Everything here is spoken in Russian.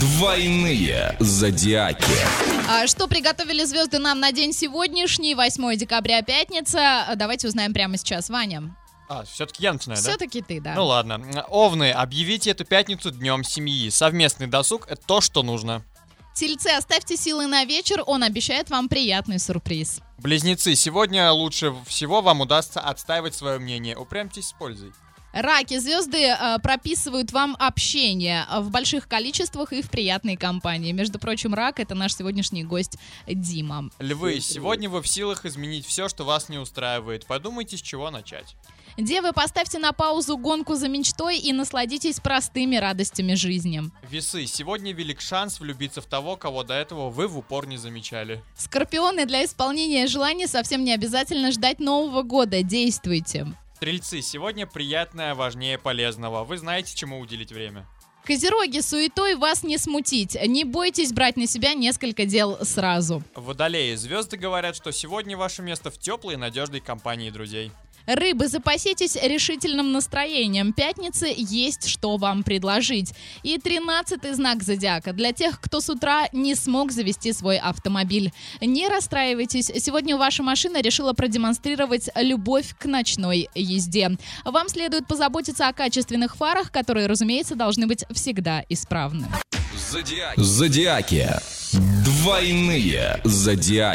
Двойные зодиаки. А Что приготовили звезды нам на день сегодняшний, 8 декабря, пятница? А Давайте узнаем прямо сейчас. Ваня, А, все-таки я начинаю, да? все-таки ты, да? Ну ладно. Овны, объявите эту пятницу днем семьи. Совместный досуг — это то, что нужно. Тельцы, оставьте силы на вечер, он обещает вам приятный сюрприз. Близнецы, сегодня лучше всего вам удастся отстаивать свое мнение. Упрямьтесь с пользой. Раки, звезды э, прописывают вам общение э, в больших количествах и в приятной компании. Между прочим, рак это наш сегодняшний гость Дима. Львы, сегодня вы в силах изменить все, что вас не устраивает. Подумайте, с чего начать. Девы, поставьте на паузу гонку за мечтой и насладитесь простыми радостями жизни. Весы, сегодня велик шанс влюбиться в того, кого до этого вы в упор не замечали. Скорпионы, для исполнения желаний совсем не обязательно ждать Нового года. Действуйте. Стрельцы, сегодня приятное важнее полезного. Вы знаете, чему уделить время. Козероги, суетой вас не смутить. Не бойтесь брать на себя несколько дел сразу. Водолеи, звезды говорят, что сегодня ваше место в теплой и надежной компании друзей. Рыбы, запаситесь решительным настроением. Пятницы есть что вам предложить. И тринадцатый знак зодиака для тех, кто с утра не смог завести свой автомобиль. Не расстраивайтесь, сегодня ваша машина решила продемонстрировать любовь к ночной езде. Вам следует позаботиться о качественных фарах, которые, разумеется, должны быть всегда исправны. Зодиаки. Зодиаки. Двойные зодиаки.